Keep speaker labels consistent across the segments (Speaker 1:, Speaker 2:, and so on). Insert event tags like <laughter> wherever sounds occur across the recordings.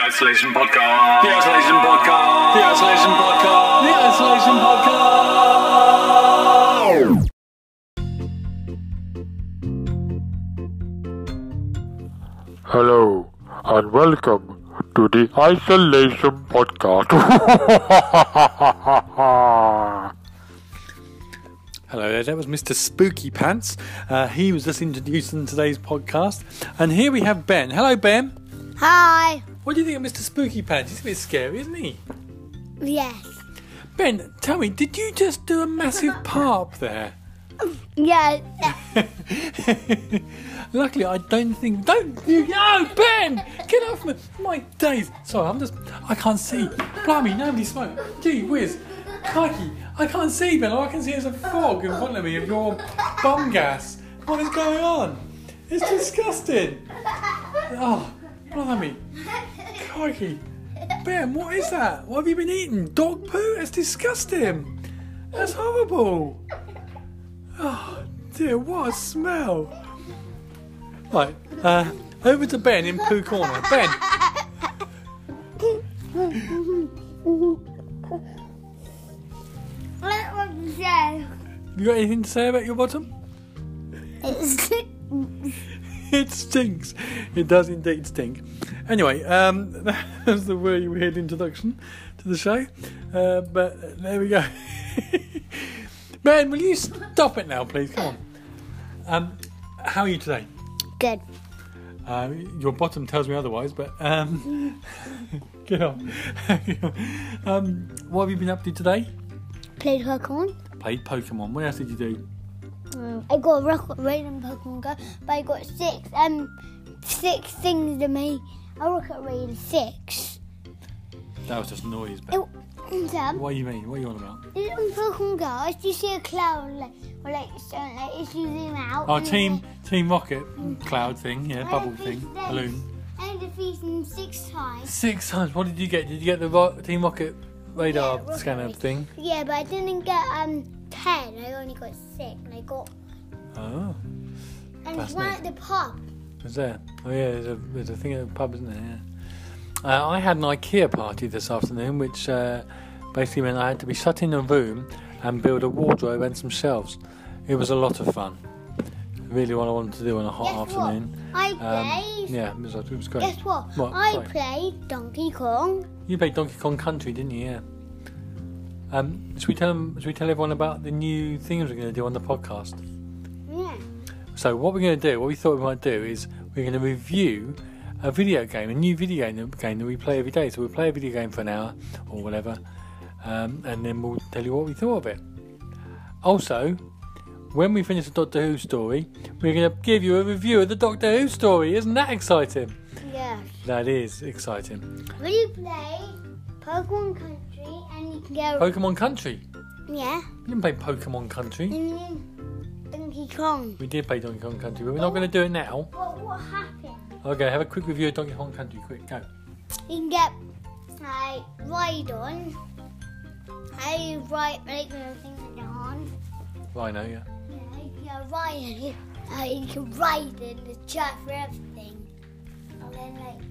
Speaker 1: Isolation Podcast. The Isolation Podcast. The Isolation Podcast. The Isolation Podcast.
Speaker 2: Hello and welcome to the Isolation Podcast. <laughs>
Speaker 3: Hello there, that was Mr. Spooky Pants. Uh, he was just introducing today's podcast. And here we have Ben. Hello, Ben.
Speaker 4: Hi.
Speaker 3: What do you think of Mr. Spooky Pants? He's a bit scary, isn't he?
Speaker 4: Yes.
Speaker 3: Ben, tell me, did you just do a massive parp there?
Speaker 4: Yeah.
Speaker 3: Luckily, I don't think. Don't you? No, Ben, get off me! My days. Sorry, I'm just. I can't see. Blimey, nobody smoke. Gee whiz, crikey, I can't see, Ben. All I can see is a fog in front of me of your bum gas. What is going on? It's disgusting. Oh, blimey, crikey, Ben, what is that? What have you been eating? Dog poo? That's disgusting. That's horrible. Oh dear, what a smell. Right, uh, over to Ben in Poo Corner. Ben.
Speaker 4: What was that?
Speaker 3: You got anything to say about your bottom? <laughs>
Speaker 4: It's
Speaker 3: It stinks. It does indeed stink. Anyway, um, <laughs> that was the very weird introduction to the show. Uh, but there we go. <laughs> ben, will you stop it now, please? Come on. Um, how are you today?
Speaker 4: good.
Speaker 3: Uh, your bottom tells me otherwise, but um, <laughs> get on. <laughs> um, what have you been up to today?
Speaker 4: Played Pokemon.
Speaker 3: Played Pokemon. What else did you do?
Speaker 4: Um, I got a record rating Pokemon Go, but I got six um six things to me. I rocket rated six.
Speaker 3: That was just noise, Ben.
Speaker 4: It, um,
Speaker 3: What do you mean? What are you on about?
Speaker 4: in Pokemon Go, if you see a cloud like or like something like if you zoom out.
Speaker 3: Oh,
Speaker 4: and
Speaker 3: team,
Speaker 4: then-
Speaker 3: team rocket, cloud thing, yeah,
Speaker 4: I
Speaker 3: bubble thing,
Speaker 4: defeated them-
Speaker 3: balloon.
Speaker 4: I defeated them six times.
Speaker 3: Six times. What did you get? Did you get the ro- team rocket radar
Speaker 4: Yeah, rocket
Speaker 3: scanner
Speaker 4: rating.
Speaker 3: thing?
Speaker 4: Yeah, but I didn't get um ten. I only got six. And I got
Speaker 3: Oh,
Speaker 4: and
Speaker 3: That's
Speaker 4: one
Speaker 3: nice.
Speaker 4: at the pub.
Speaker 3: was there? Oh yeah, there's a there's a thing at the pub, isn't there? Yeah. Uh, I had an IKEA party this afternoon, which uh, basically meant I had to be shut in a room and build a wardrobe and some shelves. It was a lot of fun. Really, what I wanted to do on a hot
Speaker 4: Guess
Speaker 3: afternoon. Um,
Speaker 4: what? I played.
Speaker 3: yeah, it was, it was great.
Speaker 4: Guess what?
Speaker 3: What?
Speaker 4: I
Speaker 3: Sorry.
Speaker 4: played Donkey Kong.
Speaker 3: You played Donkey Kong Country, didn't you? Yeah. Um, should we tell 'em- should we tell everyone about the new things we're going to do on the podcast?
Speaker 4: Yeah.
Speaker 3: So what we're going to do, what we thought we might do, is we're going to review a video game, a new video game game that we play every day. So we'll play a video game for an hour or whatever, um, and then we'll tell you what we thought of it. Also, when we finish the Doctor Who story, we're going to give you a review of the Doctor Who story. Isn't that exciting?
Speaker 4: Yeah.
Speaker 3: That is exciting.
Speaker 4: Will you play Pokemon Country and you can go?
Speaker 3: Pokemon Country.
Speaker 4: yeah.
Speaker 3: We didn't play Pokemon Country.
Speaker 4: And then Donkey Kong.
Speaker 3: We did play Donkey Kong Country, but we're not going to do it now.
Speaker 4: What what happened?
Speaker 3: Okay, have a quick review of Donkey Kong Country. Quick, go.
Speaker 4: You can get like ride on. How you ride like the thing in the hand.
Speaker 3: Rhino, yeah.
Speaker 4: Yeah, you can go ride on it. Uh, you can ride in the chat for everything. And then like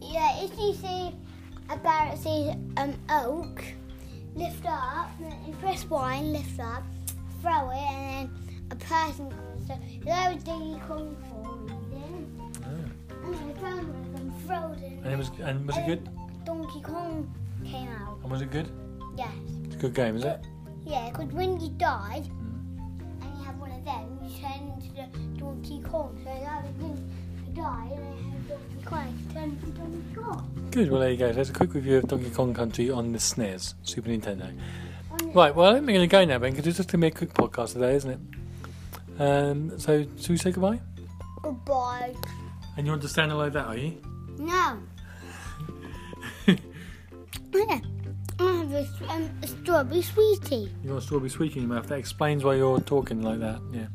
Speaker 4: yeah, if you see a bear that says um oak, lift up, and press one, lift up, throw it, and then a person comes. So that was Diddy Kong for a reason. And then I found one and throw it. in.
Speaker 3: And it was, and was it good?
Speaker 4: Donkey Kong came out.
Speaker 3: And was it good?
Speaker 4: Yes.
Speaker 3: It's a good game, is it?
Speaker 4: Yeah, because when you died and you have one of them, you turn into the Donkey Kong. So that was when I died and I had Donkey Kong. I turned into Donkey Kong.
Speaker 3: Good. Well, there you go. There's a quick review of Donkey Kong Country on the SNES, Super Nintendo.
Speaker 4: On
Speaker 3: Right. Well, I think we're going to go now, Ben, because it's just going to be a quick podcast today, isn't it? Um. So, should we say goodbye?
Speaker 4: Oh, Goodbye.
Speaker 3: And you want to stand like that, are you?
Speaker 4: No. yeah. I have a, s- um, a strawberry sweetie.
Speaker 3: You want strawberry sweet in your mouth? That explains why you're talking like that. Yeah.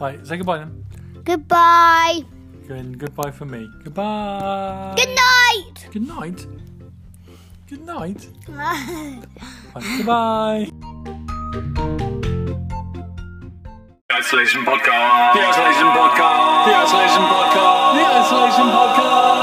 Speaker 3: Right. Say goodbye then.
Speaker 4: Goodbye.
Speaker 3: And goodbye for me. Goodbye.
Speaker 4: Good night.
Speaker 3: Good night. Good night. Right, goodbye.
Speaker 1: The Isolation Podcast. The Isolation Podcast.
Speaker 3: The Isolation Podcast. The Isolation Podcast.